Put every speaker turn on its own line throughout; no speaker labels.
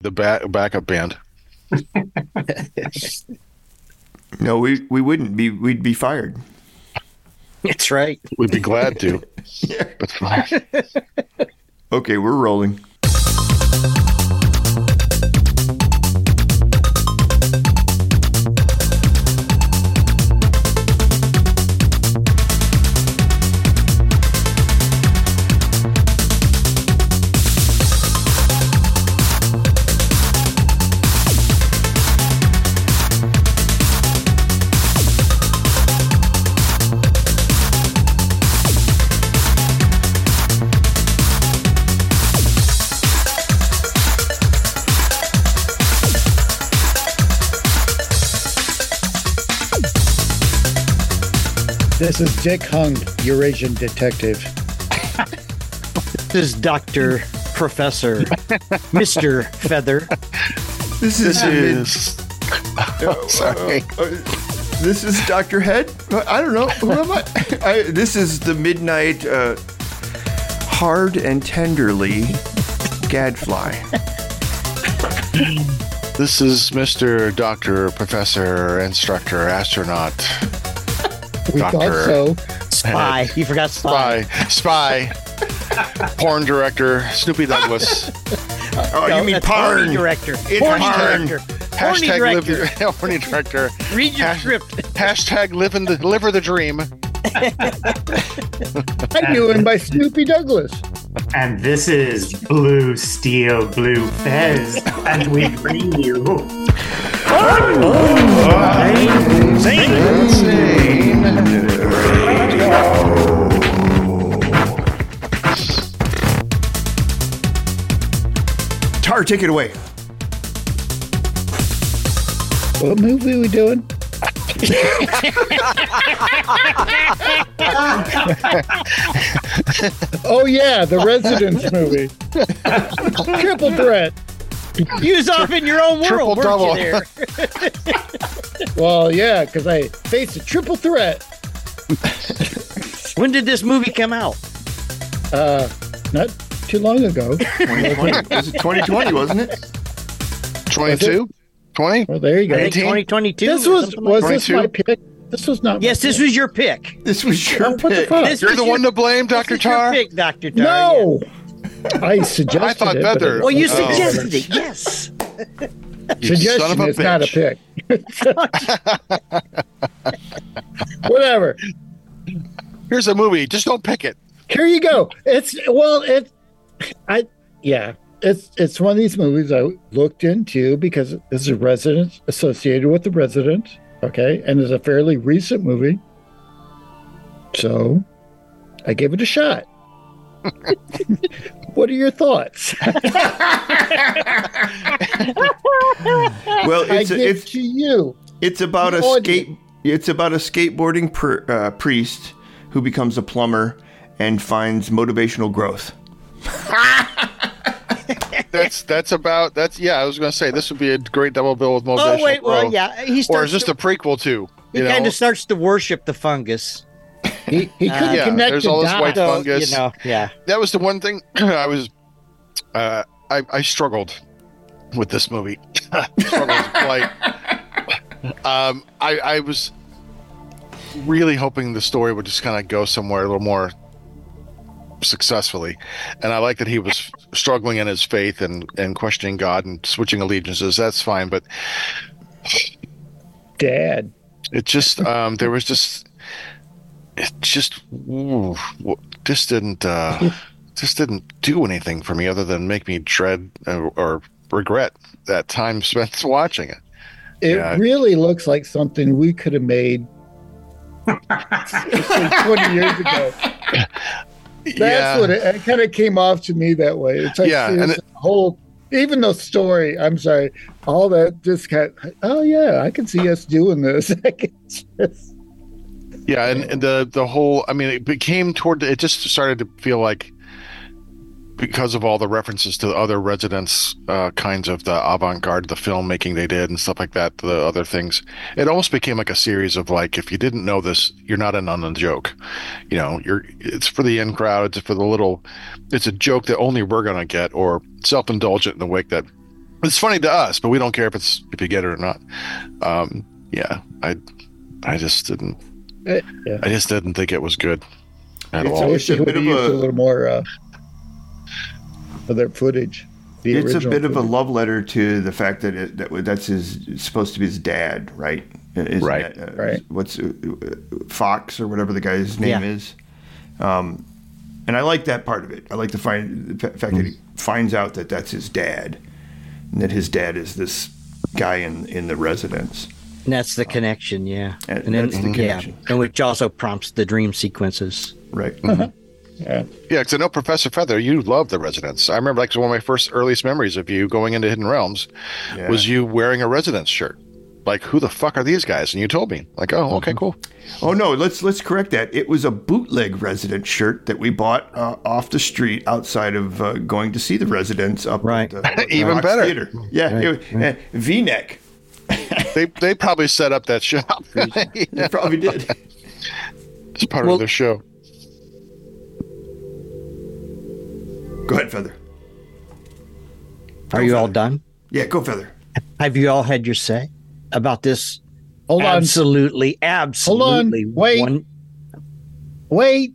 the back backup band.
No, we we wouldn't be. We'd be fired.
That's right.
We'd be glad to. But fine.
Okay, we're rolling.
This is Dick Hung, Eurasian detective.
This is Dr. Professor Mr. Feather.
This is.
This is.
uh,
Sorry.
uh, this is Doctor Head. I don't know. Who am I? I this is the midnight. Uh, hard and tenderly, gadfly.
This is Mr. Doctor, Professor, Instructor, Astronaut,
We
Doctor.
thought so.
Spy. You forgot spy.
Spy, Spy, Porn Director, Snoopy Douglas.
Oh,
No,
you mean
that's Horny
parn?
director.
It's
horny
porn.
director. Horny
Hashtag live
director.
the, Horny Director.
Read your
Hash-
script.
Hashtag live in the, liver the dream.
I knew him by Snoopy Douglas.
And this is Blue Steel Blue Fez, and we bring you.
Tar, take it away.
What movie we doing? oh yeah, the Residence movie. Triple threat.
You was off in your own
Triple
world,
double.
weren't you there?
Well, yeah, because I faced a triple threat.
When did this movie come out?
Uh, not too long ago.
2020. was it 2020? Wasn't it?
22? 20?
Well, there you
I
go.
think
18?
2022.
This
or
was
something like
was this
22?
my pick? This was not.
that. Yes, this was your pick.
This was
Oh,
your
what the
pick.
fuck?
This
You're
was
the
your-
one to blame, Dr.
this was your
Tar.
pick, Dr. Tar. yeah.
no. I suggested.
I thought
it, but it
better.
Well, you
Oh.
suggested it. Yes.
You son of
Suggestion
a
is not a
bitch.
pick. Whatever.
Here's a movie. Just don't pick it.
Here you go. It's well, it, I yeah. It's it's one of these movies I looked into because it's a resident associated with the resident. Okay, and it's a fairly recent movie, so I gave it a shot. what are your thoughts?
Well,
I
it's,
give
a, it's
to you.
It's about a
No idea.
skate. It's about a skateboarding pr- uh, priest who becomes a plumber and finds motivational growth.
That's that's about that's yeah. I was gonna say this would be a great double bill with motivational
Oh wait, well
growth.
yeah. He
Or
starts.
is this
to,
the prequel to?
he
You know,
kind of starts to worship the fungus.
He, he couldn't
yeah.
connect
There's
the
all this
dots.
white
So,
fungus.
You know, yeah.
that was the one thing I was. Uh, I I struggled with this movie. struggled is polite. Um, I I was really hoping the story would just kind of go somewhere a little more successfully, and I like that he was struggling in his faith and and questioning God and switching allegiances. That's fine, but
Dad.
It just um there was just it just ooh, w- just didn't uh just didn't do anything for me other than make me dread uh, or regret that time spent watching it.
It
Yeah.
really looks like something we could have made 20 years ago. That's
yeah.
what it, it kind of came off to me that way. It's like
Yeah,
there's
and it-
a whole, even the story, I'm sorry, all that just kind oh yeah, I can see us doing this. I can just,
yeah, and, and the the whole I mean it became toward it just started to feel like because of all the references to the other residents uh, kinds of the avant-garde the filmmaking they did and stuff like that the other things it almost became like a series of like if you didn't know this you're not in on the joke you know you're it's for the in crowd it's for the little it's a joke that only we're gonna get or self-indulgent in the wake that It's funny to us, but we don't care if it's if you get it or not. Um, yeah, I I just didn't
Eh, yeah.
I just didn't think it was good at
It's
all.
I
Oh,
wish
it's
they
a
would have
bit of
used a
a-
little more uh, of their footage. The
It's a
original
bit of a
footage.
love letter to the fact that it, that that's his supposed to be his dad, right? Isn't
Right.
it, uh,
Right.
What's uh, uh, Fox or whatever the guy's name
Yeah.
is, um, and I like that part of it. I like the find the fa- fact that he
Mm-hmm.
finds out that that's his dad, and that his dad is this guy in in the residence.
And that's the connection, yeah.
And
then-
that's the connection.
Yeah, and which also prompts the dream sequences.
Right.
Mm-hmm. Yeah.
Yeah, because I know Professor Feather, you love the Residence. I remember like one of my first earliest memories of you going into Hidden Realms
Yeah.
was you wearing a Residence shirt. Like, who the fuck are these guys? And you told me. Like, oh, okay, cool.
Oh no, let's let's correct that. It was a bootleg resident shirt that we bought uh, off the street outside of uh, going to see the residents up
Right.
at the,
Even
Fox
better.
Theater. Yeah, it- uh, V-neck.
They they probably set up that shop.
It probably did.
it's part
Well-
of their show.
Go ahead, Feather.
Are you all done?
Yeah, go Feather.
Have you all had your say about this?
Hold on.
absolutely, absolutely.
wait.
one-
Wait.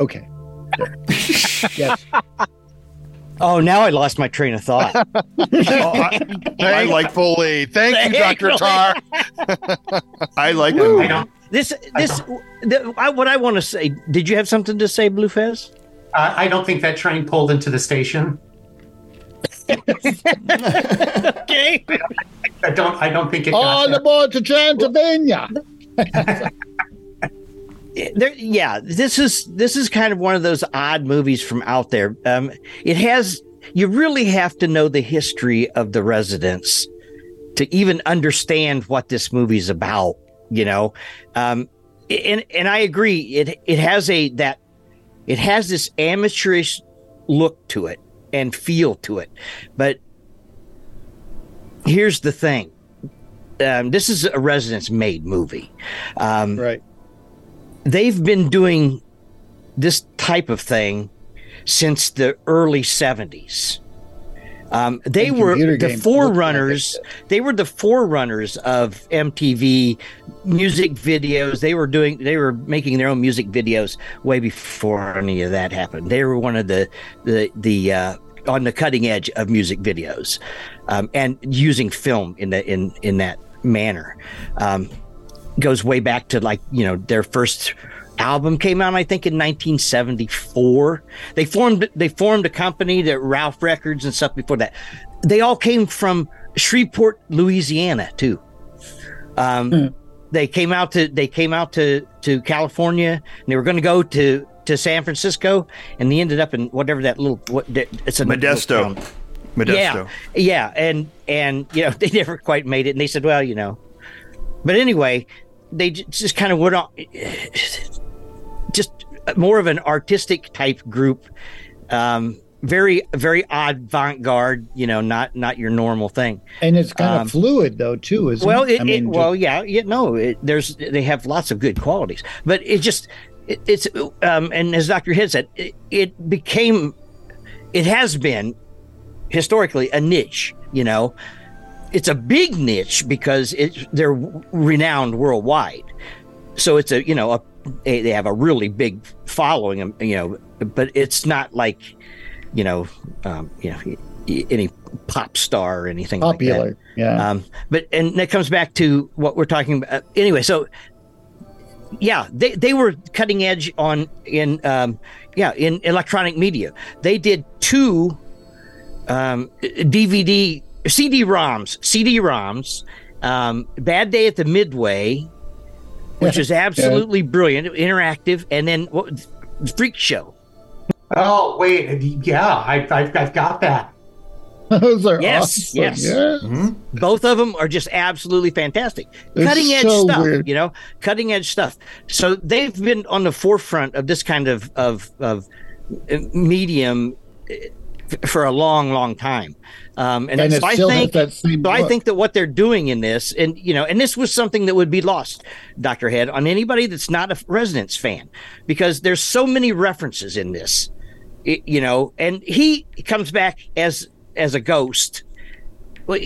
Okay. There. yes.
Oh, now I lost my train of thought.
Oh, I, I like
Fully. Thank you, Dr. Tar.
I like
I
them.
don't.
this, this, the, I, what I want to say. Did you have something to say, Blue Fez?
I I don't think that train pulled into the station.
Okay.
I don't. I don't think it got
On
there.
aboard to Transylvania.
there, yeah, this is this is kind of one of those odd movies from out there. Um, it has you really have to know the history of the residents to even understand what this movie's about. You know, um, and and I agree. It it has a that it has this amateurish look to it and feel to it, but here's the thing. Um, this is a residence made movie. Um,
Right.
they've been doing this type of thing since the early 70s. Um, they
And
were
computer
the
games look like
forerunners. they were the forerunners of MTV music videos. They were doing. They were making their own music videos way before any of that happened. They were one of the the the uh, on the cutting edge of music videos, um, and using film in the in in that manner. Um, goes way back to like you know their first album came out i think in 1974 they formed they formed a company that ralph records and stuff before that they all came from shreveport louisiana too um, they came out to they came out to to california and they were going to go to to san francisco and they ended up in whatever that little what it's a little town.
Modesto. Modesto.
Yeah, yeah, and and you know they never quite made it, and they said, well, you know, but anyway, they j- just kind of went on, just more of an artistic type group, um, very very avant garde, you know, not not your normal thing.
And it's kind
Um,
of fluid though too, isn't
Well,
it?
it, it, well, yeah, yeah, no, it, there's they have lots of good qualities, but it just it, it's um, and as Doctor Head said, it, it became, it has been historically a niche. You know, it's a big niche because it's they're renowned worldwide, so it's a you know a they they have a really big following, um, you know, but it's not like you know um, you know y- any pop star or anything like that.
popular. yeah.
Um, but and that comes back to what we're talking about Uh, anyway. So yeah, they, they were cutting edge on in um, yeah in electronic media. They did two um, DVD CD ROMs CD ROMs. Um, Bad Day at the Midway, which is absolutely brilliant, interactive, and then what, Freak Show.
Oh wait, yeah, I, I've, I've got that.
Those are
Uh, Yes,
awesome.
yes. Mm-hmm.
Yeah.
both of them are just absolutely fantastic.
It's
cutting edge
so
stuff,
weird.
you know, cutting edge stuff. So they've been on the forefront of this kind of of of uh, medium uh, f- for a long, long time. Um, and,
And it
so I
still
think
has that same
so I
look.
think that what they're doing in this, and you know, and this was something that would be lost, Doctor Head, on anybody that's not a Resonance fan, because there's so many references in this It- you know, and he comes back as as a ghost. Well,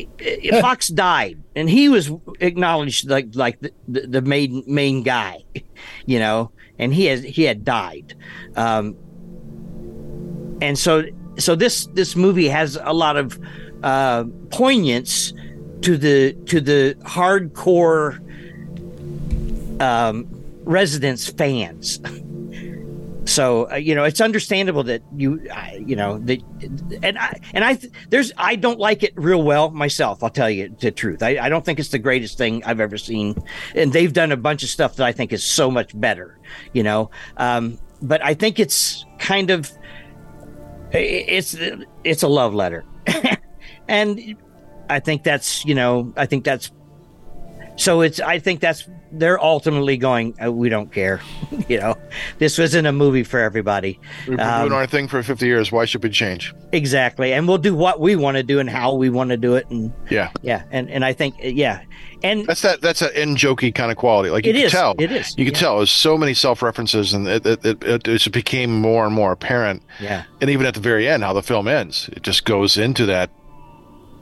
Fox died, and he was acknowledged like like the, the, the main main guy, you know, and he has he had died, um, and so so this this movie has a lot of uh, poignance to the to the hardcore um, residents fans. So uh, you know it's understandable that you I you know that and I and I th- there's I don't like it real well myself. I'll tell you the truth. I, I don't think it's the greatest thing I've ever seen, and they've done a bunch of stuff that I think is so much better. You know, um, but I think it's kind of i- it's it's a love letter, and I think that's you know I think that's so it's I think that's they're ultimately going "Oh, we don't care, you know. This wasn't a movie for everybody.
We've been
Um,
doing our thing for 50 years. Why should we change?
Exactly. And we'll do what we want to do and how we want to do it and
Yeah,
yeah, and and I think yeah. And
that's that. That's an in jokey kind of quality. Like you
it
can
is
tell.
it is.
You can
yeah,
tell there's so many self references, and it, it, it, it just became more and more apparent.
Yeah.
And even at the very end, how the film ends, it just goes into that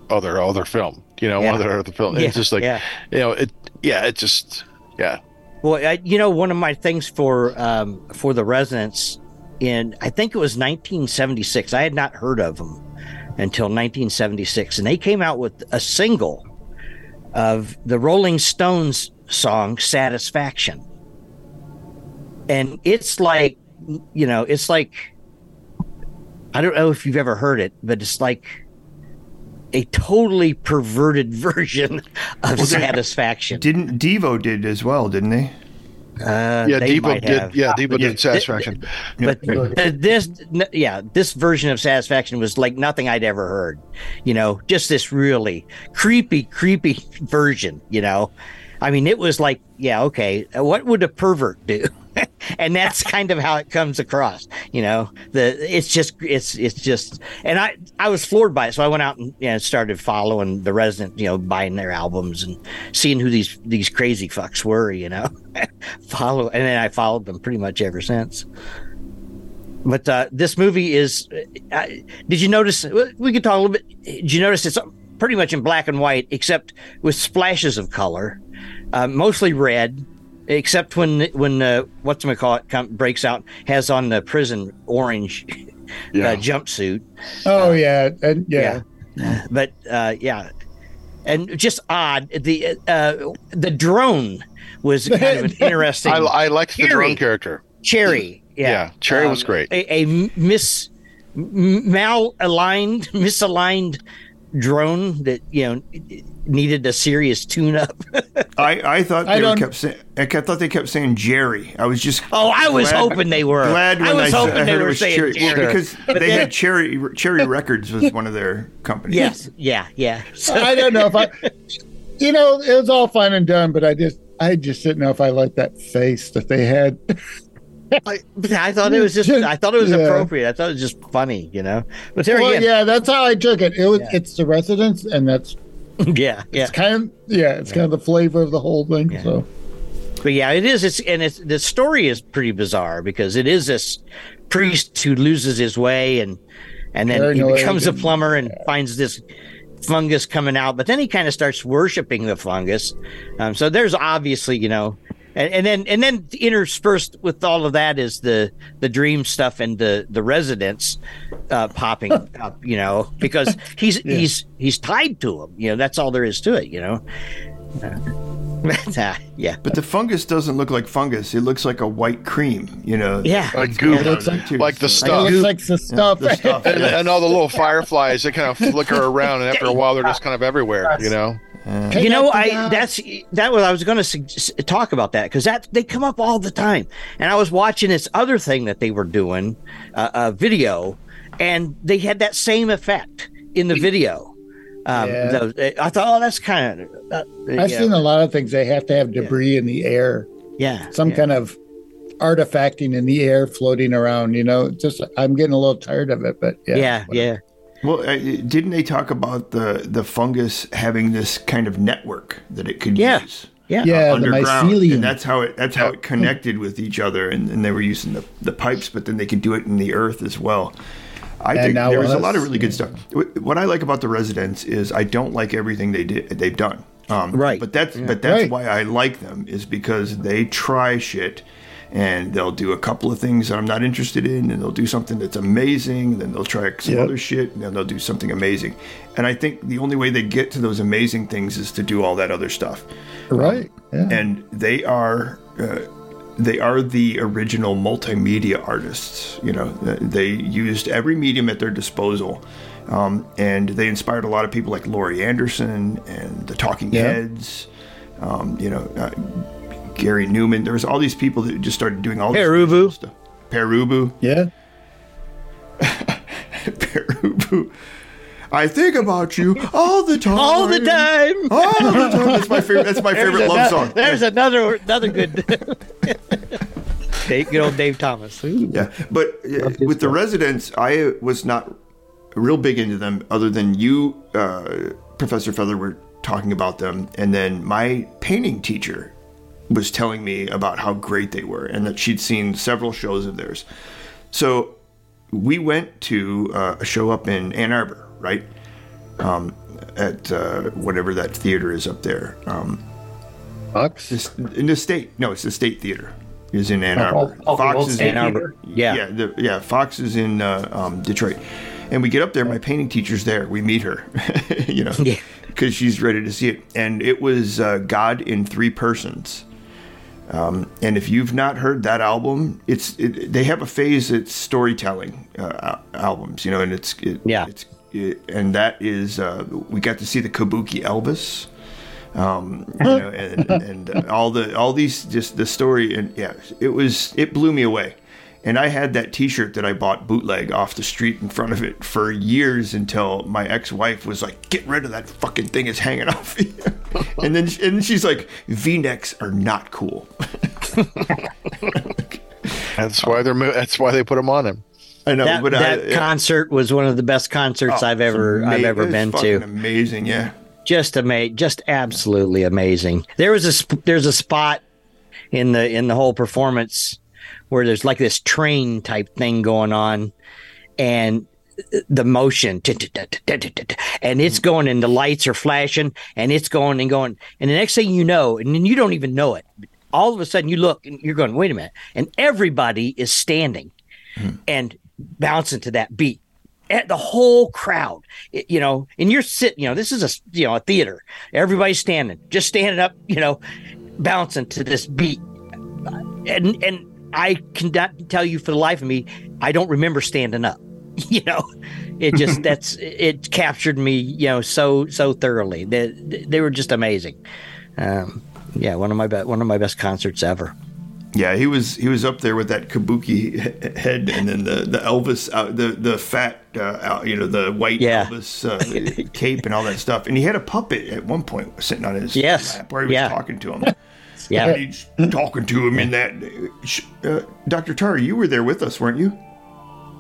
other other film. You know,
Yeah.
other other film.
Yeah,
It's just like
yeah.
you know, it. Yeah, it just yeah.
Well, I, you know, one of my things for um, for the residents in I think it was 1976. I had not heard of them until 1976, and they came out with a single of the Rolling Stones song "Satisfaction," and it's like you know, it's like I don't know if you've ever heard it, but it's like a totally perverted version of
there-
satisfaction.
Didn't Devo did as well, didn't they?
Uh,
yeah,
they
Debo
might
did.
have.
Yeah, Debo
yeah.
did satisfaction.
but th- this n- yeah this version of satisfaction was like nothing i'd ever heard you know just this really creepy creepy version you know i mean it was like yeah okay uh, what would a pervert do and that's kind of how it comes across you know the it's just it's it's just and i i was floored by it so i went out and you know, started following the resident you know buying their albums and seeing who these these crazy fucks were you know follow and then i followed them pretty much ever since but uh, this movie is. Uh, did you notice? We could talk a little bit. Did you notice it's pretty much in black and white, except with splashes of color, uh, mostly red, except when when uh, what's call it com- breaks out has on the prison orange
Yeah.
uh, jumpsuit.
Oh yeah, and yeah,
yeah. But uh, yeah, and just odd. The uh, the drone was kind of an interesting.
I, I liked the
Eerie.
drone character.
Cherry. Yeah,
Yeah, Cherry was great.
Um, A, a mis m- malaligned, misaligned drone that you know needed a serious tune-up.
I, I thought
I
they were
don't-
kept saying I kept- thought they kept saying Jerry. I was just
Oh, I was
Glad-
hoping they were.
glad when
I was
s-
hoping they
heard it
were
was
saying
Cherry,
Cherry.
Well, because they
then-
had Cherry Cherry Records was one of their companies.
yes, yeah, yeah. So,
I don't know if I, you know, it was all fine and done, but I just, I just didn't know if I liked that face that they had.
I, I thought it was just. I thought it was
Yeah.
appropriate. I thought it was just funny, you know. But there
well,
again,
yeah, that's how I took it. It was,
Yeah.
it's the residents, and that's
yeah, yeah,
it's kind of, yeah, it's kind of the flavor of the whole thing.
Yeah.
So
But yeah, it is. It's and it's the story is pretty bizarre because it is this priest who loses his way and and then
Paranoid
he becomes a
and-
plumber and finds this fungus coming out. But then he kind of starts worshiping the fungus. Um, so there's obviously you know, and, and then and then interspersed with all of that is the the dream stuff and the the residents uh, popping up. You know because he's he's he's tied to him. You know that's all there is to it. You know. Uh, yeah.
But the fungus doesn't look like fungus. It looks like a white cream, you know.
Yeah.
Like goop,
looks like-
like the
it
stuff.
looks like the stuff.
The stuff.
and, and all the little fireflies that kind of flicker around, and after a while, they're just kind of everywhere. You know,
you know,
Connected
I
out.
that's that was I was going to sug- talk about that because that they come up all the time, and I was watching this other thing that they were doing, uh, a video, and they had that same effect in the video. Um,
Yeah.
those- I thought, oh, that's kind of uh,
I've
yeah,
seen a lot of things. They have to have debris in the air,
yeah,
some
yeah.
kind of artifacting in the air floating around. You know, just I'm getting a little tired of it, but yeah,
yeah, yeah,
Well, uh, didn't they talk about the the fungus having this kind of network that it could
Yeah.
use?
Yeah.
yeah, the
underground,
mycelium.
and that's how it that's how it connected with each other, and, and they were using the, the pipes, but then they could do it in the earth as well. I think
now
there was a
us.
lot of really good stuff. Wh- What I like about the residents is I don't like everything they did they've done. Um,
Right.
but that's but that's
Right.
why I like them is because they try shit. And they'll do a couple of things that I'm not interested in, and they'll do something that's amazing. Then they'll try some
Yep.
other shit, and then they'll do something amazing. And I think the only way they get to those amazing things is to do all that other stuff
right. Yeah.
and they are uh, they are the original multimedia artists. You know, th- they used every medium at their disposal, um, and they inspired a lot of people like Laurie Anderson and the Talking
Yeah.
Heads. Um, you know, uh, Gary Newman. There was all these people that just started doing all this
Perubu.
stuff. Perubu,
yeah.
Perubu. I think about you all the time.
All the time.
Oh.
All the time. That's my favorite. That's my favorite love
Ano-
song.
There's another another good. Dave, good old Dave Thomas. Ooh.
Yeah, but uh, with the residents, I was not real big into them, other than you, uh, Professor Feather, were talking about them, and then my painting teacher was telling me about how great they were, and that she'd seen several shows of theirs. So we went to uh, a show up in Ann Arbor, right? Um, at uh, whatever that theater is up there, um,
Fox.
this- in the state. No, it's the State Theater. Is in Ann Arbor.
oh, the old
is
State
in
Theater?
Yeah.
yeah, the, yeah. Fox is in uh, um, Detroit, and we get up there. My painting teacher's there. We meet her, you know,
Yeah.
because she's ready to see it. And it was uh, God in Three Persons. Um, and if you've not heard that album, it's it, they have a phase that's storytelling uh, al- albums, you know, and it's it,
Yeah.
it's it, and that is uh, we got to see the Kabuki Elvis um, you know, and, and all the all these just the story and yeah, it was it blew me away. And I had that T-shirt that I bought bootleg off the street in front of it for years until my ex-wife was like, "Get rid of that fucking thing; it's hanging off." you." and then and she's like, "V-necks are not cool."
That's why they're. mo- That's why they put him on him.
I know,
That,
but
that
I,
concert was one of the best concerts I've ever I've
ama-
ever
it's
been
fucking
to.
Amazing, yeah.
just ama- just absolutely amazing. There was a sp- there's a spot in the in the whole performance where there's like this train type thing going on, and the motion and it's going and the lights are flashing and it's going and going and the next thing you know and then you don't even know it all of a sudden you look and you're going wait a minute and everybody is standing and bouncing to that beat at eh, the whole crowd it- you know and you're sitting you know this is a s- you know a theater everybody's standing just standing up you know bouncing to this beat and and i cannot tell you for the life of me i don't remember standing up you know it just that's it captured me you know so so thoroughly they, they were just amazing um yeah one of my best one of my best concerts ever
Yeah, he was he was up there with that kabuki he- head, and then the the Elvis, uh, the the fat, uh, out- you know, the white
Yeah.
Elvis uh, cape and all that stuff. And he had a puppet at one point sitting on his
Yes.
lap where he was
Yeah.
talking to him.
yeah
And he's talking to him in that. sh- Uh, Doctor Tara, you were there with us, weren't you?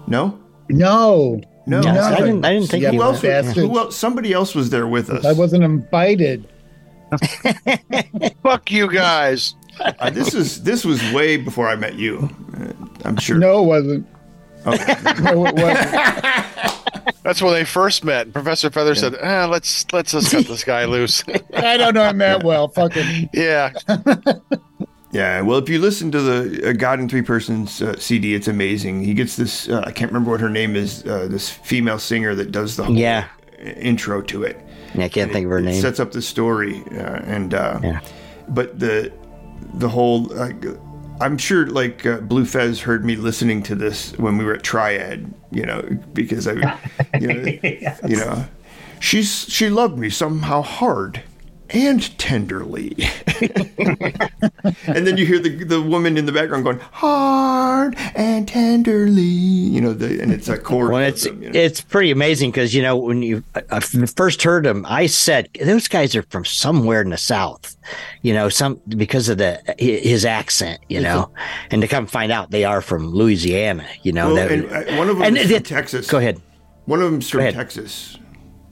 No,
No,
no,
Yeah,
No,
I, didn't, I didn't think
Yeah,
you
Who
well,
were.
else? Was,
Bastard.
who else? Somebody else was there with us.
I wasn't invited.
Fuck you guys.
Uh, this is this was way before I met you. Uh, I'm sure.
No, it wasn't.
Okay.
No, it wasn't.
That's when they first met. Professor Feather said, eh, "Let's let's just cut this guy loose."
I don't know him that well. Fucking
yeah,
Yeah, well, if you listen to the uh, God in Three Persons uh, CD, it's amazing. He gets this, uh, I can't remember what her name is, uh, this female singer that does the whole
Yeah.
intro to it.
Yeah, I can't think of her
It
name.
sets up the story. Uh, and, uh,
Yeah.
but the, the whole, uh, I'm sure like uh, Blue Fez heard me listening to this when we were at Triad, you know, because I, you know, you know, she's, she loved me somehow hard and tenderly. and then you hear the the woman in the background going hard and tenderly, you know, the, and it's a chorus.
Well,
of
it's
them, you know.
it's pretty amazing because you know when you I, I first heard them, I said those guys are from somewhere in the south, you know, some because of the hi- his accent, you know, and to come find out they are from Louisiana, you know.
Well,
that-
and, uh, one of them
and
is
it-
from Texas.
Go ahead.
One of them's from
ahead.
Texas.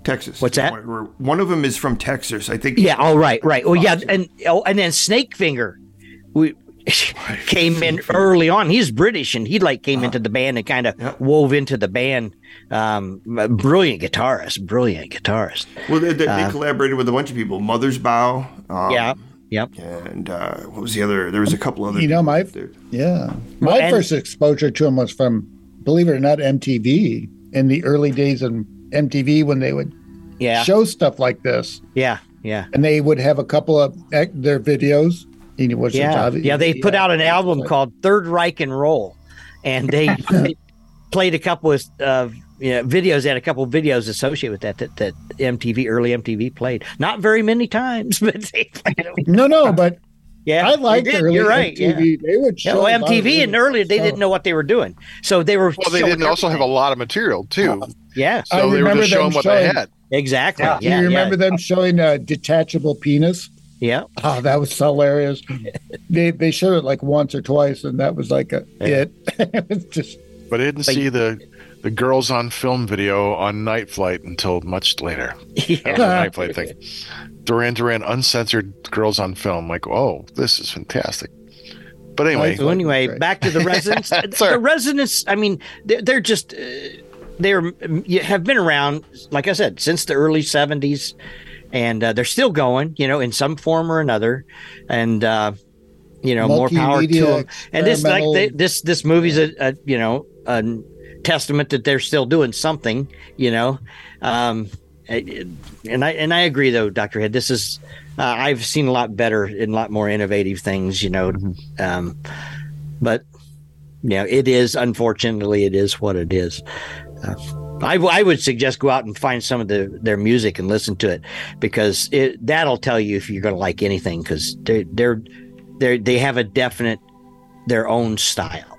Texas.
What's that?
One of them is from Texas. I think.
Yeah. All right. Right. Oh, yeah. And oh, and then Snakefinger, we came in early on. He's British, and he like came into the band and kind of
Uh-huh. Yep.
wove into the band. Um, brilliant guitarist. Brilliant guitarist.
Well, they, they, they collaborated with a bunch of people. Mother's Bow. Um,
Uh, yeah. Yep.
And uh, what was the other? There was a couple other.
You know, my
people.
yeah, my
Well, and-
first exposure to him was from, believe it or not, MTV in the early days of MTV when they would
Yeah.
show stuff like this,
Yeah. Yeah.
and they would have a couple of ec- their videos. You know, which is
Yeah,
obvi-
yeah. They put out an album called Third Reich and Roll, and they they played a couple of uh, you know, videos. They had a couple of videos associated with that, that that MTV early MTV played. Not very many times, but they played them.
No, no, but
yeah.
I
they
liked
did,
early
You're right.
MTV.
Yeah.
They would
Yeah,
show
well,
a lot of
MTV and
videos,
earlier they
so-
didn't know what they were doing, so they were.
Well, they
showing
didn't also have a
everything.
lot of material too,
Yeah,
I
so they were
remember
just showing
them
what they
showing-
had.
exactly.
Yeah.
Yeah,
Do you remember them showing a detachable penis?
Yeah,
Oh, that was hilarious. they they showed it like once or twice, and that was like a, it. it was just
But I didn't
Like-
see the the girls on film video on Night Flight until much later.
yeah,
That
yeah.
was a Night Flight thing. Duran Duran uncensored girls on film. Like, oh, this is fantastic. But anyway,
Night
So Oh, anyway,
Right.
back to the residents.
Sorry.
the residents, I mean, they're, they're just uh, they're um, you have been around, like I said, since the early '70s, and uh, they're still going, you know, in some form or another, and uh, you know, more power to
Multimedia
them. And this, like,
experimental-
they, this this movie's a, a you know a testament that they're still doing something, you know. Um, and I and I agree though, Doctor Head. This is uh, I've seen a lot better and a lot more innovative things, you know. Um, but you know, it is unfortunately it is what it is. Uh, I, w- I would suggest go out and find some of the, their music and listen to it because it that'll tell you if you're going to like anything because they they're they they have a definite their own style.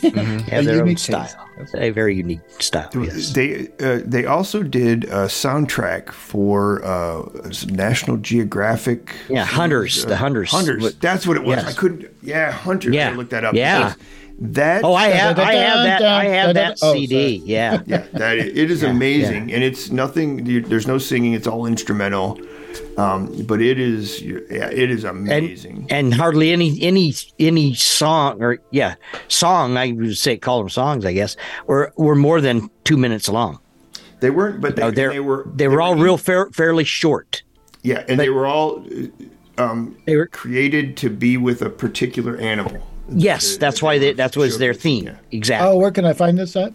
mhm.
have
A
their own
unique taste.
style. A very unique style. Yes.
They uh, they also did a soundtrack for uh, was it National Geographic.
Yeah, hunters. The hunters.
Hunters. That's what it was.
Yes.
I couldn't. Yeah, Hunters.
Yeah,
I looked that up.
yeah.
because That.
Oh, I have, I have that, I have that
Oh,
CD. Yeah,
yeah, that is, it is amazing, and it's nothing. you- There's no singing; it's all instrumental. Um, but it is, yeah, it is amazing.
and hardly any any any song or yeah song. I would say call them songs, I guess, or were more than two minutes long.
they weren't, but they,
No, they're,
they were.
they were all real fair, fairly short.
Yeah, and they were all uh, um,
They were
created to be with a particular animal.
yes, that's why they, that was their
showcasing,
theme
yeah.
exactly.
Oh, where can I find this at?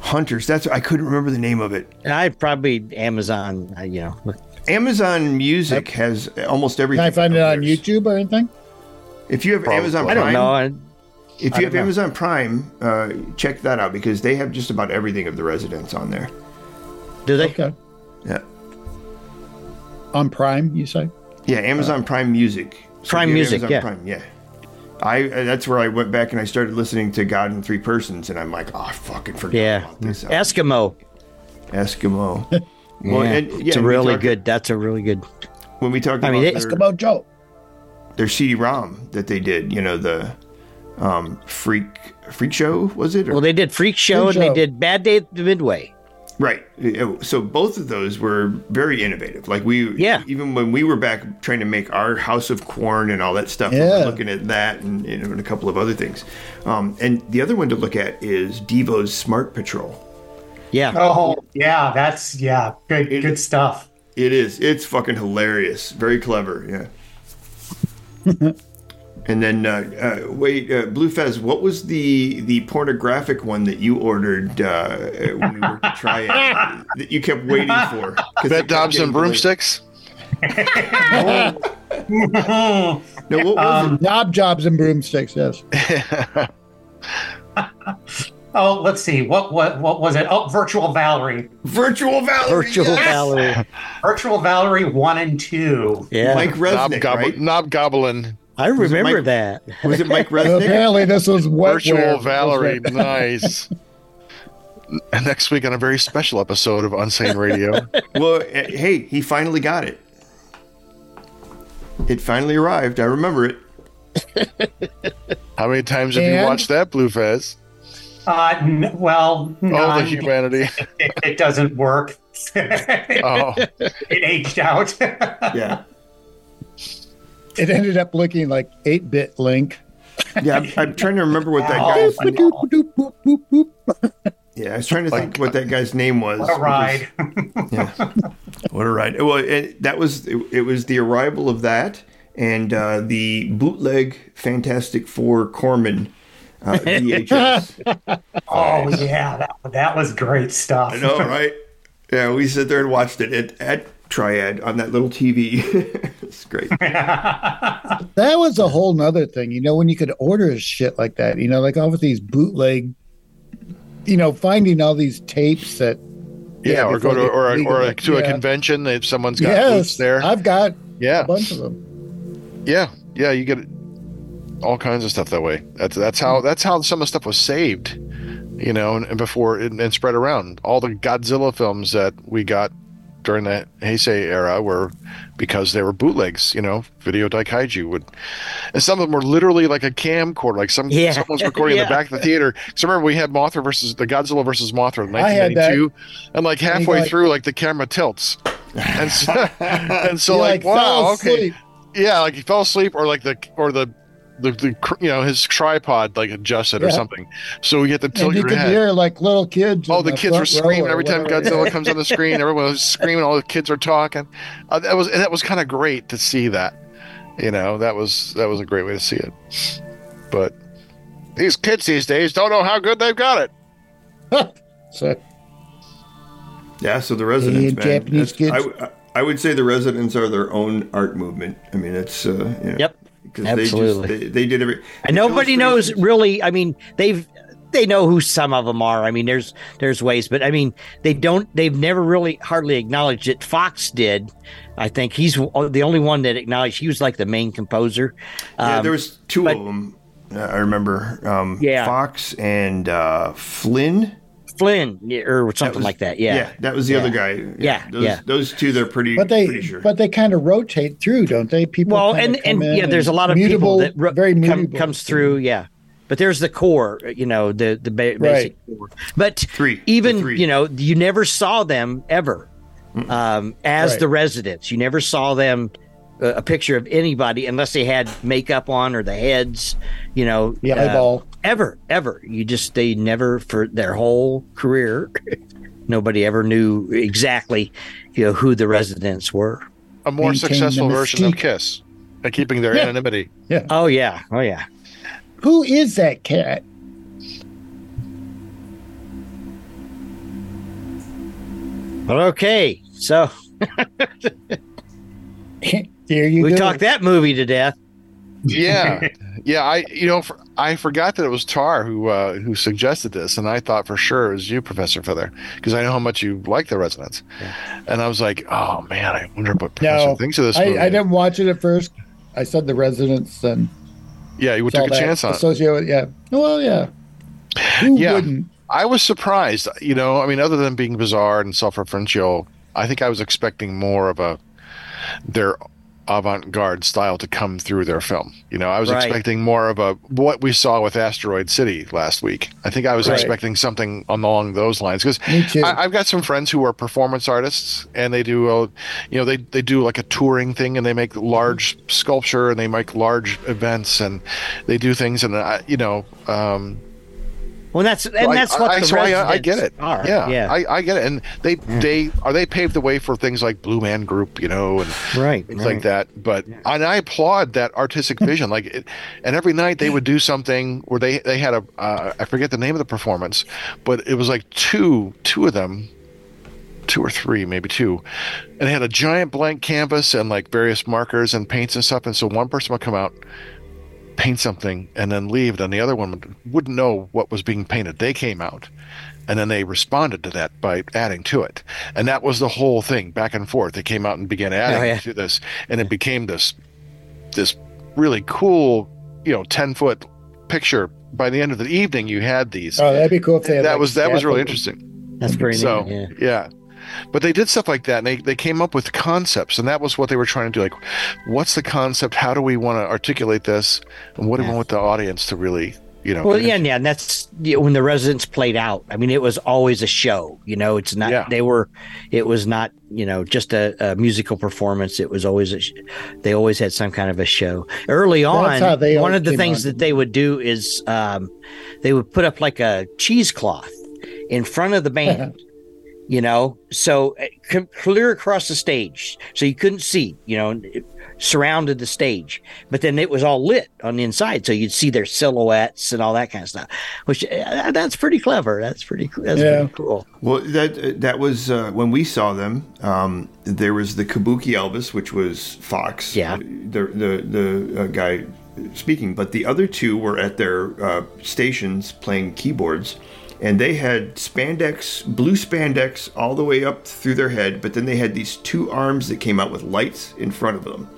Hunters. That's I couldn't remember the name of it.
And I probably Amazon, uh, you know,
Amazon Music has almost everything.
Can I find it
of
on
theirs.
YouTube or anything?
If you have
Probably.
Amazon,
I
I
Prime,
don't know. I,
If you have Amazon Prime, uh, check that out because they have just about everything of the residents on there.
do they?
Okay,
Yeah,
on Prime, you say?
yeah. Amazon Prime Music. So
Uh, Prime
if you have
Music, yeah.
Prime, yeah. I uh, that's where I went back and I started listening to God in Three Persons, and I'm like, oh, I fucking forgot
Yeah,
about this album.
Eskimo.
Eskimo.
Yeah.
Well, and-
it's a
and we
really
talked-
good. That's a really good.
When we talked
I
about
mean, it-
their,
Eskimo Joe.
their CD-ROM that they did, you know, the um, freak freak show was it? Or-
Well, they did Freak Show
Freak
and they
Show.
did Bad Day at the Midway.
Right. Uh, So both of those were very innovative. Like we,
Yeah.
Even when we were back trying to make our House of Corn and all that stuff, we were
Yeah.
looking at that and, you know, and a couple of other things. Um, and the other one to look at is Devo's Smart Patrol.
Yeah.
Oh, yeah, that's yeah, good, good stuff.
It is. It's fucking hilarious. Very clever. Yeah. and then uh, uh, wait, uh, Blue Fez, what was the the pornographic one that you ordered uh, uh, when we were to try it that you kept waiting for? 'Cause it
Bed
kept
Dobbs
getting
and
delayed.
broomsticks.
No, what was
Um,
it?
Knob jobs and broomsticks. Yes.
Oh, let's see. What what what was it? Oh, Virtual Valerie.
Virtual Valerie.
Virtual
Oh, yes!
Valerie.
Virtual Valerie one and two.
Yeah.
Mike
Knob,
Resnick,
gobble,
right?
knob Goblin,
I remember
Mike-
that.
Was it Mike
So
Resnick?
apparently, this was wetware.
Virtual Valerie.
This was
Nice. And next week on a very special episode of Unsane Radio.
well, eh, hey, he finally got it. It finally arrived. I remember it.
How many times have you
And-
watched that, Blue Fez?
Uh, n- well,
Oh, the
none.
humanity.
it, it doesn't work. it
Oh,
aged out.
Yeah.
It ended up looking like 8 bit Link.
Yeah. I'm, I'm trying to remember what that
Oh,
Wow.
guy's
Boop, boop, boop, boop, boop, boop.
Yeah, I was trying to think
Like-
what that guy's name was.
what a ride.
What a ride! Well, it, that was it, it. Was the arrival of that and uh, the bootleg Fantastic Four Corman uh, VHS.
Oh, yeah. That, that was great stuff.
I know, right? Yeah, we sit there and watched it at, at Triad on that little TV. it's great.
That was a whole nother thing, you know, when you could order shit like that, you know, like all of these bootleg, you know, finding all these tapes that.
yeah, or go
before
to
they
or, a- or a,
legalized-
to a
yeah.
convention if someone's got boots
Yes,
there.
I've got a
yeah,
bunch of them.
yeah, yeah. You get all kinds of stuff that way. That's that's how that's how some of the stuff was saved, you know, and, and before and, and spread around. All the Godzilla films that we got during the Heisei era were because they were bootlegs, you know, video daikaiju would and some of them were literally like a camcorder, like some
Yeah.
someone's recording in
Yeah.
the back of the theater. So remember we had Mothra versus the Godzilla versus Mothra in
I had that.
1992 and like
you
halfway
like-
through like the camera tilts. And so, and so
You,
like,
fell
wow, okay
asleep.
yeah like he fell asleep or like the or the the, the cr- you know his tripod like adjusted or
Yeah.
something so you get to tilt
And you
your
could
head
hear like little kids.
oh
in
the kids
front
were
row
screaming
or
every time
whatever.
godzilla comes on the screen everyone was screaming all the kids are talking uh, that was and that was kind of great to see that you know that was that was a great way to see it but these kids these days don't know how good they've got it
So,
Yeah, so the residents,
And
man.
Japanese
That's- I
kids.
w- I, I would say the residents are their own art movement. I mean, it's uh, you know,
Yep.
'cause
Absolutely.
They, just, they, they did every.
And nobody knows really. I mean, they've they know who some of them are. I mean, there's there's ways, but I mean, they don't. They've never really hardly acknowledged it. Fox did. I think he's oh, the only one that acknowledged. He was like the main composer.
Yeah,
Um,
there was two
but-
of them. I remember. Um,
Yeah.
Fox and uh, Flynn.
Flynn yeah, or something
was-
like that. Yeah.
that was the other guy.
Yeah,
those,
yeah.
those two, they're pretty.
but they,
pretty sure.
but they kind of rotate through, don't they? People.
Well,
kinda
and
come
and
in
yeah, there's a lot of people
mutable,
that ro-
very
come-
mutable.
comes through. Yeah. But there's the core, you know, the the ba- basic core. But
Three, the
even
three.
you know, you never saw them ever um, as
Right.
the residents. You never saw them uh, a picture of anybody unless they had makeup on or the heads, you know,
The
uh,
eyeball.
ever, ever. You just they never for their whole career, nobody ever knew exactly, you know, who the residents were.
a more
Maintain the
successful version of
mystique.
kiss and keeping their
Yeah.
anonymity
Oh yeah, oh yeah.
Who is that cat?
Well, okay, so
there you
we
go.
talked that movie to death.
yeah yeah i you know for, i forgot that it was tar who uh who suggested this and i thought for sure it was you professor feather because i know how much you like the resonance and i was like oh man i wonder what professor
No,
thinks of this movie
I, I didn't watch it at first. I said the residents and
yeah you
saw
took a
that
chance on it
associated with yeah. Well, yeah. Who
Yeah.
wouldn't?
i was surprised you know i mean other than being bizarre and self-referential i think i was expecting more of a their avant-garde style to come through their film you know i was
Right.
expecting more of a what we saw with asteroid city last week i think i was
Right.
expecting something along those lines because
Me too.
I, I've got some friends who are performance artists, and they do, uh, you know, they they do like a touring thing, and they make large sculpture, and they make large events, and they do things, and I, you know, um,
Well, that's and
I-
that's what
I,
the
so I,
residents
I get it.
Are.
Yeah,
yeah,
I, I get it, and they they are they paved the way for things like Blue Man Group, you know, and
right,
things like that. But and I applaud that artistic vision. Like, it, and every night they would do something where they they had a uh, I forget the name of the performance, but it was like two two of them, two or three maybe two, and they had a giant blank canvas and like various markers and paints and stuff. And so one person would come out. Paint something and then leave, then the other one would- wouldn't know what was being painted. They came out and then they responded to that by adding to it and that was the whole thing back and forth they came out and began adding
Oh, yeah.
to this and it became this this really cool you know 10 foot picture by the end of the evening you had these
oh, that'd be cool if they. had,
that
like,
was that was really
scaffolding.
interesting
That's pretty
so
neat.
yeah. but they did stuff like that and they, they came up with concepts and that was what they were trying to do like what's the concept how do we want to articulate this and what do we
Yeah.
want the audience to really You know,
Well,
and
yeah,
it's-
yeah, and that's yeah, when the residents played out. I mean, it was always a show. You know, it's not
Yeah.
they were. It was not you know just a, a musical performance. It was always a sh- they always had some kind of a show. Early on,
how they
one
all
of the
came
things
on.
that they would do is um, they would put up like a cheesecloth in front of the band. You know, so uh, c- clear across the stage, so you couldn't see. You know, and it surrounded the stage, but then it was all lit on the inside, so you'd see their silhouettes and all that kind of stuff. Which uh, that's pretty clever. That's pretty. That's
Yeah.
pretty cool.
Well, that that was uh, when we saw them. Um, there was the Kabuki Elvis, which was Fox,
Yeah.
the the the uh, guy speaking. But the other two were at their uh, stations playing keyboards, and they had spandex, blue spandex, all the way up through their head. But then they had these two arms that came out with lights in front of them,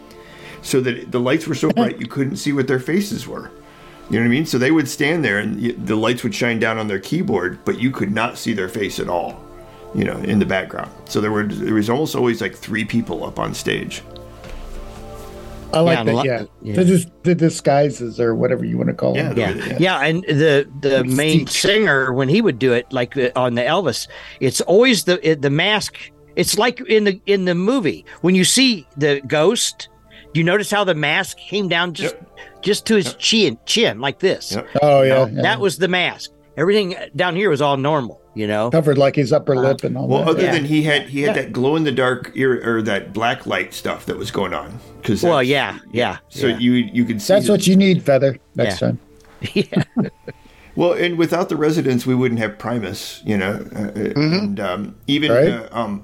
so that the lights were so bright you couldn't see what their faces were. You know what I mean? So they would stand there, and y- the lights would shine down on their keyboard, but you could not see their face at all. You know, in the background. So there were there was almost always like three people up on stage.
I like
Yeah,
that.
lo-
yeah.
yeah.
The, dis- the disguises or whatever you want to call
Yeah,
them.
Yeah.
Yeah.
yeah, and the the main singer when he would do it, like uh, on the Elvis, it's always the it, the mask. It's like in the in the movie when you see the ghost. You notice how the mask came down just just to his chin chin like this.
Yep.
Oh yeah,
Now,
yeah.
That was the mask. Everything down here was all normal. You know.
covered like his upper lip and all
Well,
that.
other
Yeah.
than he had he had that glow in the dark ear or that black light stuff that was going on. Because
Well, yeah, yeah.
So you you could see
That's
that-
what you need, Feather. Next
Yeah.
time.
Well, and without the residents, we wouldn't have Primus, you know. Uh, And um, even
Mm-hmm. Right.
uh, um,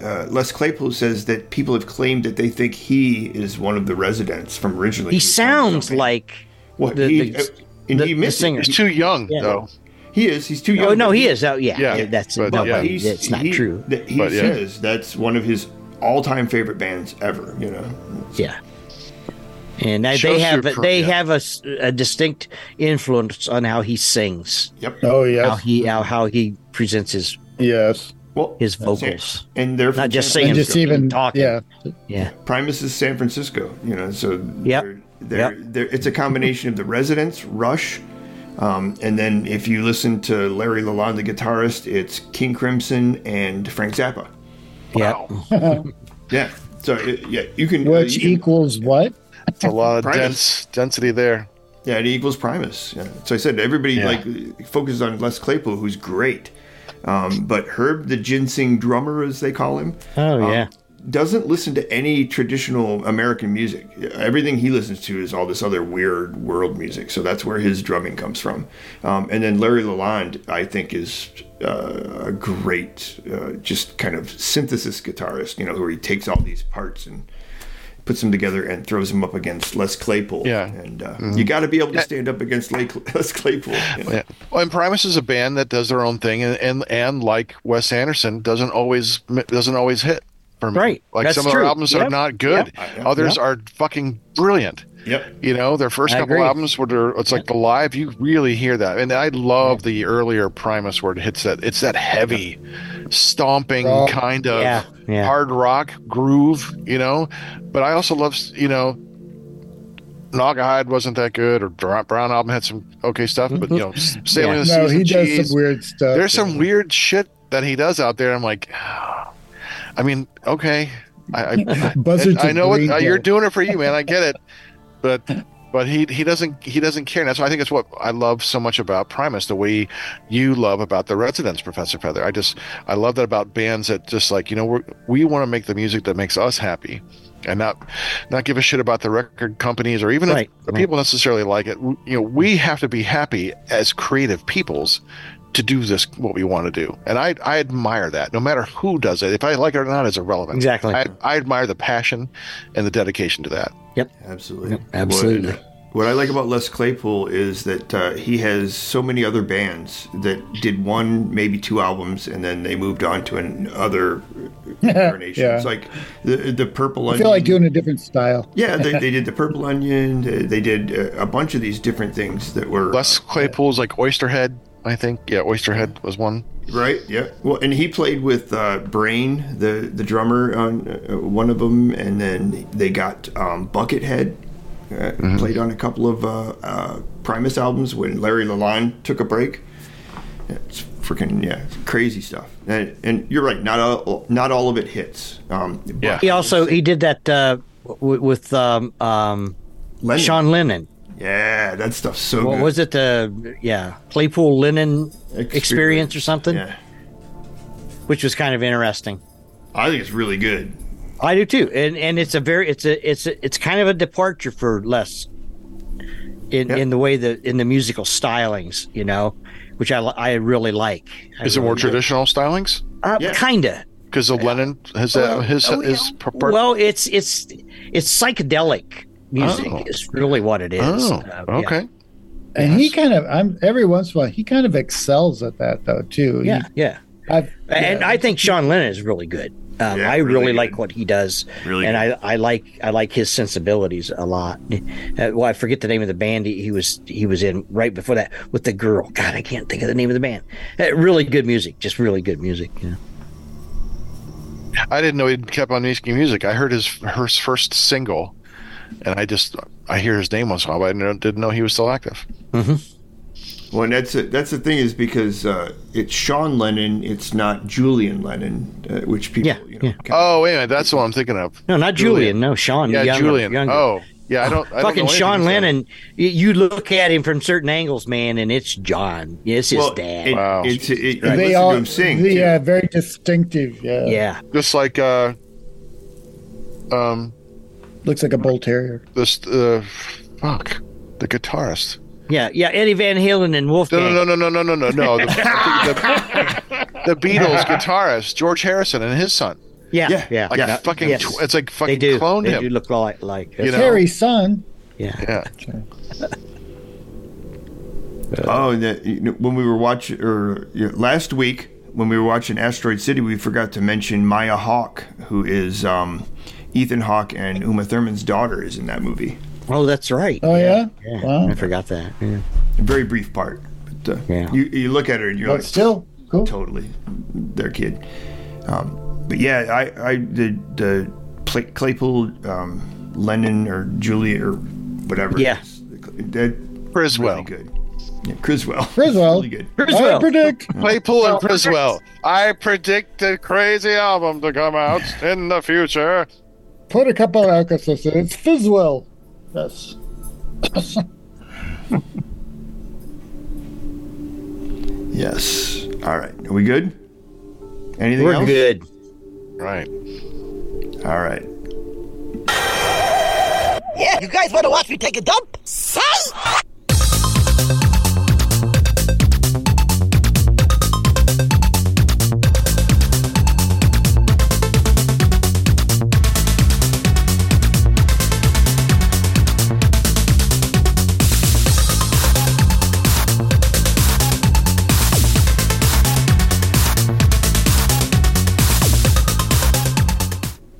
uh, Les Claypool says that people have claimed that they think he is one of the residents from originally.
He
Who Sounds
sounds
So Bad.
like
Well,
the-
he,
the-
uh, and
the-
he
the
missed
singer.
It.
he's too young though.
He is. He's too young.
Oh no,
but
he is. Oh yeah,
Yeah.
that's
But,
no,
yeah.
but
he's-
it's not
he-
true.
That he
But, yeah.
says that's one of his all-time favorite bands ever. You know.
Yeah, and I, they
Shows
have
your
a-
per-
they
yeah.
have a, s- a distinct influence on how he sings,
Yep.
Oh
how
yes,
he how, how he presents his
yes.
Well,
his
that's it.
vocals.
and they're from
Not
San
just saying
And
Francisco.
just even
talking.
yeah,
Yeah,
Primus is San Francisco, you know, so
Yep.
they're, they're, they're, it's a combination of the residents, Rush, um, and then if you listen to Larry Lalonde, the guitarist, it's King Crimson and Frank Zappa.
yeah.
Yeah. So, it, yeah, you can. uh,
which
Uh,
you can-
equals what?
It's a lot of dense
Primus.
density there.
Yeah, it equals Primus. Yeah. So I said everybody like focuses on Les Claypool, who's great, um, but Herb, the ginseng drummer, as they call him,
Um,
Oh yeah.
doesn't listen to any traditional American music. Everything he listens to is all this other weird world music. So that's where his drumming comes from. Um, and then Larry Lalonde, I think, is uh, a great, uh, just kind of synthesis guitarist. You know, where he takes all these parts and puts them together and throws them up against Les Claypool.
Yeah. Mm-hmm.
and uh, you got to be able to stand up against Lake- Les Claypool. you know?
Yeah. Well, and Primus is a band that does their own thing, and and, and like Wes Anderson, doesn't always doesn't always hit for me.
Right.
Like
That's
some of their
true.
albums
Yep.
are not good.
Yep.
Others are fucking brilliant.
Yep.
You know, their first
I
couple
agree.
albums were their- it's like the live. You really hear that, and I love the earlier Primus where it hits that. It's that heavy, stomping
Oh,
kind of
yeah, yeah.
hard rock groove. You know, but I also love you know. Naugahyde wasn't that good, or Dr- Brown album had some okay stuff, but
Mm-hmm.
you know, S- Sailing the
No,
Seas
he
and
does
Cheese,
some weird stuff.
There's some weird shit that he does out there. I'm like, I mean, okay, I, I, I-
Buzzards
I
of
know what
Green
uh, you're
Hill.
doing it for you, man. I get it, but but he he doesn't he doesn't care. And that's why I think it's what I love so much about Primus, the way you love about the Residents, Professor Feather. I just I love that about bands that just like you know we're, we want to make the music that makes us happy, and not not give a shit about the record companies or even
Right,
if the
right.
people necessarily like it. You know, we have to be happy as creative peoples to do this what we want to do and I, I admire that no matter who does it if i like it or not is irrelevant
Exactly.
I, I admire the passion and the dedication to that
Absolutely.
Yep, absolutely.
What, what I like about Les Claypool is that uh, he has so many other bands that did one, maybe two albums, and then they moved on to another incarnation.
Yeah.
It's like the the Purple
I
Onion.
feel like doing a different style.
yeah, they, they did the Purple Onion. They, they did uh, a bunch of these different things that were
Les Claypool's like Oysterhead, I think. Yeah, Oysterhead was one.
Right. Yeah. Well, and he played with uh, Brain, the the drummer on uh, one of them, and then they got um, Buckethead uh, played on a couple of uh, uh, Primus albums when Larry Lalonde took a break. It's freaking yeah, it's crazy stuff. And, and you're right, not all, not all of it hits. Um, but
Yeah.
He also he did that uh, w- with um, um,
Lennon-
Sean Lennon.
Yeah, that stuff's so
What
good.
was it? The yeah Claypool Lennon
Experience.
experience, or something,
Yeah,
which was kind of interesting.
I think it's really good.
I do too, and and it's a very it's a it's a, it's kind of a departure for Les in
Yeah.
in the way the in the musical stylings, you know, which I li- I really like. I
Is it
really
more
do.
traditional stylings?
Uh,
Yeah.
Kinda.
Because the Lennon has that his
Oh,
his
yeah.
part.
well, it's it's it's psychedelic music
Oh.
is really what it is.
oh,
Uh, yeah.
okay.
And he kind of, I'm every once in a while, he kind of excels at that though too. He-
Yeah, yeah.
I've,
And
yeah.
I think Sean Lennon is really good. Um,
Yeah,
I
really
really,
good.
like what he does,
Really
and I, I like I like his sensibilities a lot. Uh, well, I forget the name of the band he, he was he was in right before that with the girl. God, I can't think of the name of the band. Uh, really good music, just really good music. Yeah.
I didn't know he kept on making music. I heard his her first single, and I just I hear his name once in a while, but I didn't know- didn't know he was still active.
Well, and that's it. That's the thing is because uh, it's Sean Lennon. It's not Julian Lennon, uh, which people
Yeah,
you know.
yeah.
kinda-
Oh wait, a minute, that's what I'm thinking of.
No, not Julian. No, Sean.
Yeah,
Young-
Julian.
Younger.
Oh, yeah. I don't. I don't know
Fucking
anything
Sean
he's done.
Lennon, y- you look at him from certain angles, man, and it's John. It's his
well,
dad.
it-
Wow.
It's it, it,
they
they
all,
to him sing.
they
too.
are very distinctive. Yeah.
yeah,
Just like uh, um,
Looks like a bull terrier.
this uh, fuck, the guitarist.
yeah, yeah. Eddie Van Halen and Wolfgang.
No, no, no, no, no, no, no, no. The, the, the Beatles guitarist George Harrison and his son.
Yeah,
Yeah,
yeah,
Like
Yeah.
fucking,
Yes.
tw- it's like
They
fucking
do.
cloned
they
him.
do look like like.
You know?
Terry's son.
Yeah.
Yeah.
uh,
Oh, and that, you know, when we were watching or you know, last week when we were watching Asteroid City, we forgot to mention Maya Hawke, who is um, Ethan Hawke and Uma Thurman's daughter, is in that movie.
Oh, that's right.
Oh yeah.
Yeah.
Wow.
I forgot that. Yeah.
A very brief part. But, uh,
Yeah.
you, you look at her and you're
But
like,
still cool.
totally their kid. Um, but yeah, I, I the the Pla- Claypool, um, Lennon or Juliet or whatever.
Yeah.
that really
Criswell,
good. Yeah, Criswell.
Criswell.
really good.
I
Criswell.
predict.
Claypool and Criswell. I predict a crazy album to come out in the future.
Put a couple of alcohols in. It's Fizzwell. Yes.
Yes. All right. Are we good? Anything
We're
else?
good.
Right.
All right.
Yeah, you guys want to watch me take a dump? Say!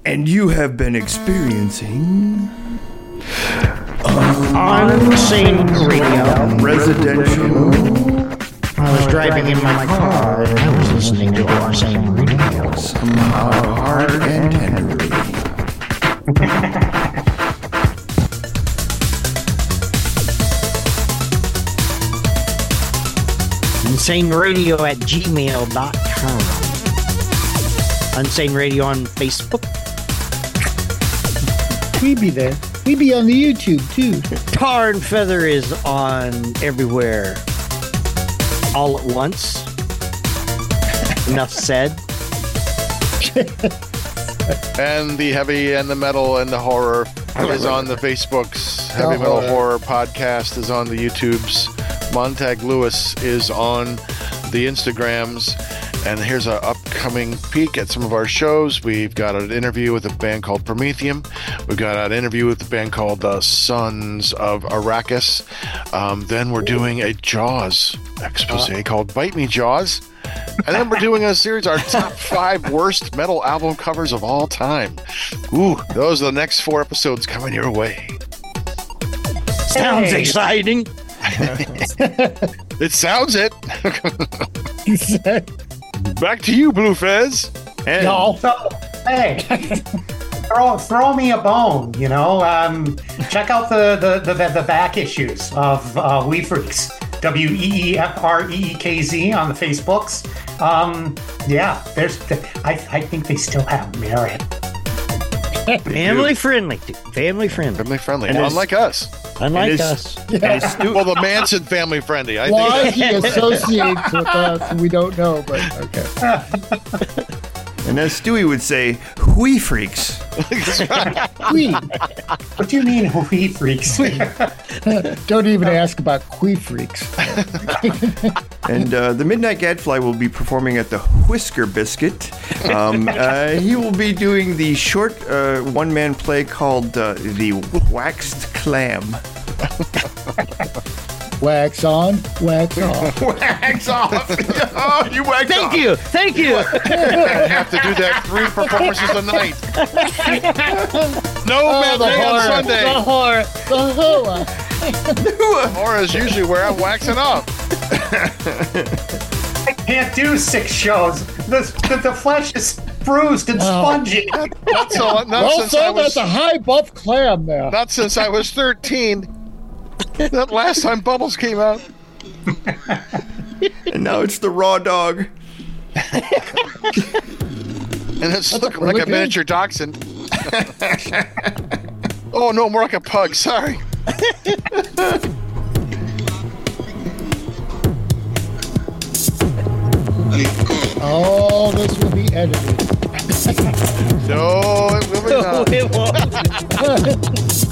And you have been experiencing
Unseen radio.
residential.
I was driving in my car and I was listening to unseen radio.
Hard and Henry.
Insane radio at gmail.com. Unsane radio on Facebook.
We be there. We be on the YouTube too.
Tar and Feather is on everywhere all at once. Enough said.
And the heavy and the metal and the horror is on the Facebooks. Heavy Metal Horror Podcast is on the YouTubes. Montag Lewis is on the Instagrams. And here's our upcoming peek at some of our shows. We've got an interview with a band called Prometheum. We've got an interview with a band called the Sons of Arrakis. Um, then we're doing a Jaws expose called Bite Me Jaws. And then we're doing a series, our top five worst metal album covers of all time. Ooh, those are the next four episodes coming your way.
Sounds exciting.
It sounds it.
He said,
Back to you, Blue Fez.
And
"Y'all."
Hey. throw throw me a bone, you know. Um, check out the the, the, the back issues of uh, We Freaks, W E E F R E E K Z on the Facebooks. Um, yeah, there's. I I think they still have merit.
Family friendly, dude. Family friendly.
Family friendly,
And there's-
unlike us.
Unlike
is-
us.
And it's stu-
Well, the Manson family friendly. I think.
Why he associates with us, we don't know, but okay.
and as Stewie would say, "We freaks."
Queen.
What do you mean We Freaks?
Don't even ask about quee freaks.
And uh, the Midnight Gadfly will be performing at the Whisker Biscuit. Um, uh, he will be doing the short uh, one man play called uh, The Waxed Clam.
Wax on, wax off.
Wax off! oh, you wax
Thank you. Thank you.
I have to do that three performances a night. No
Oh, the
matinee on
horror. The
Sunday.
horror. The horror.
Or is usually where I'm waxing off.
I can't do six shows. The, the, the flesh is bruised and spongy.
Not so. uh, Not
Well,
since I
so
was.
that's a high buff clam there.
Not since I was thirteen. That last time Bubbles came out.
And now it's the Raw Dog.
And it's looking like
really
a
good.
miniature dachshund. oh no, more like a pug. Sorry.
Oh, this will be edited.
No, it will be
No,
not.
it won't.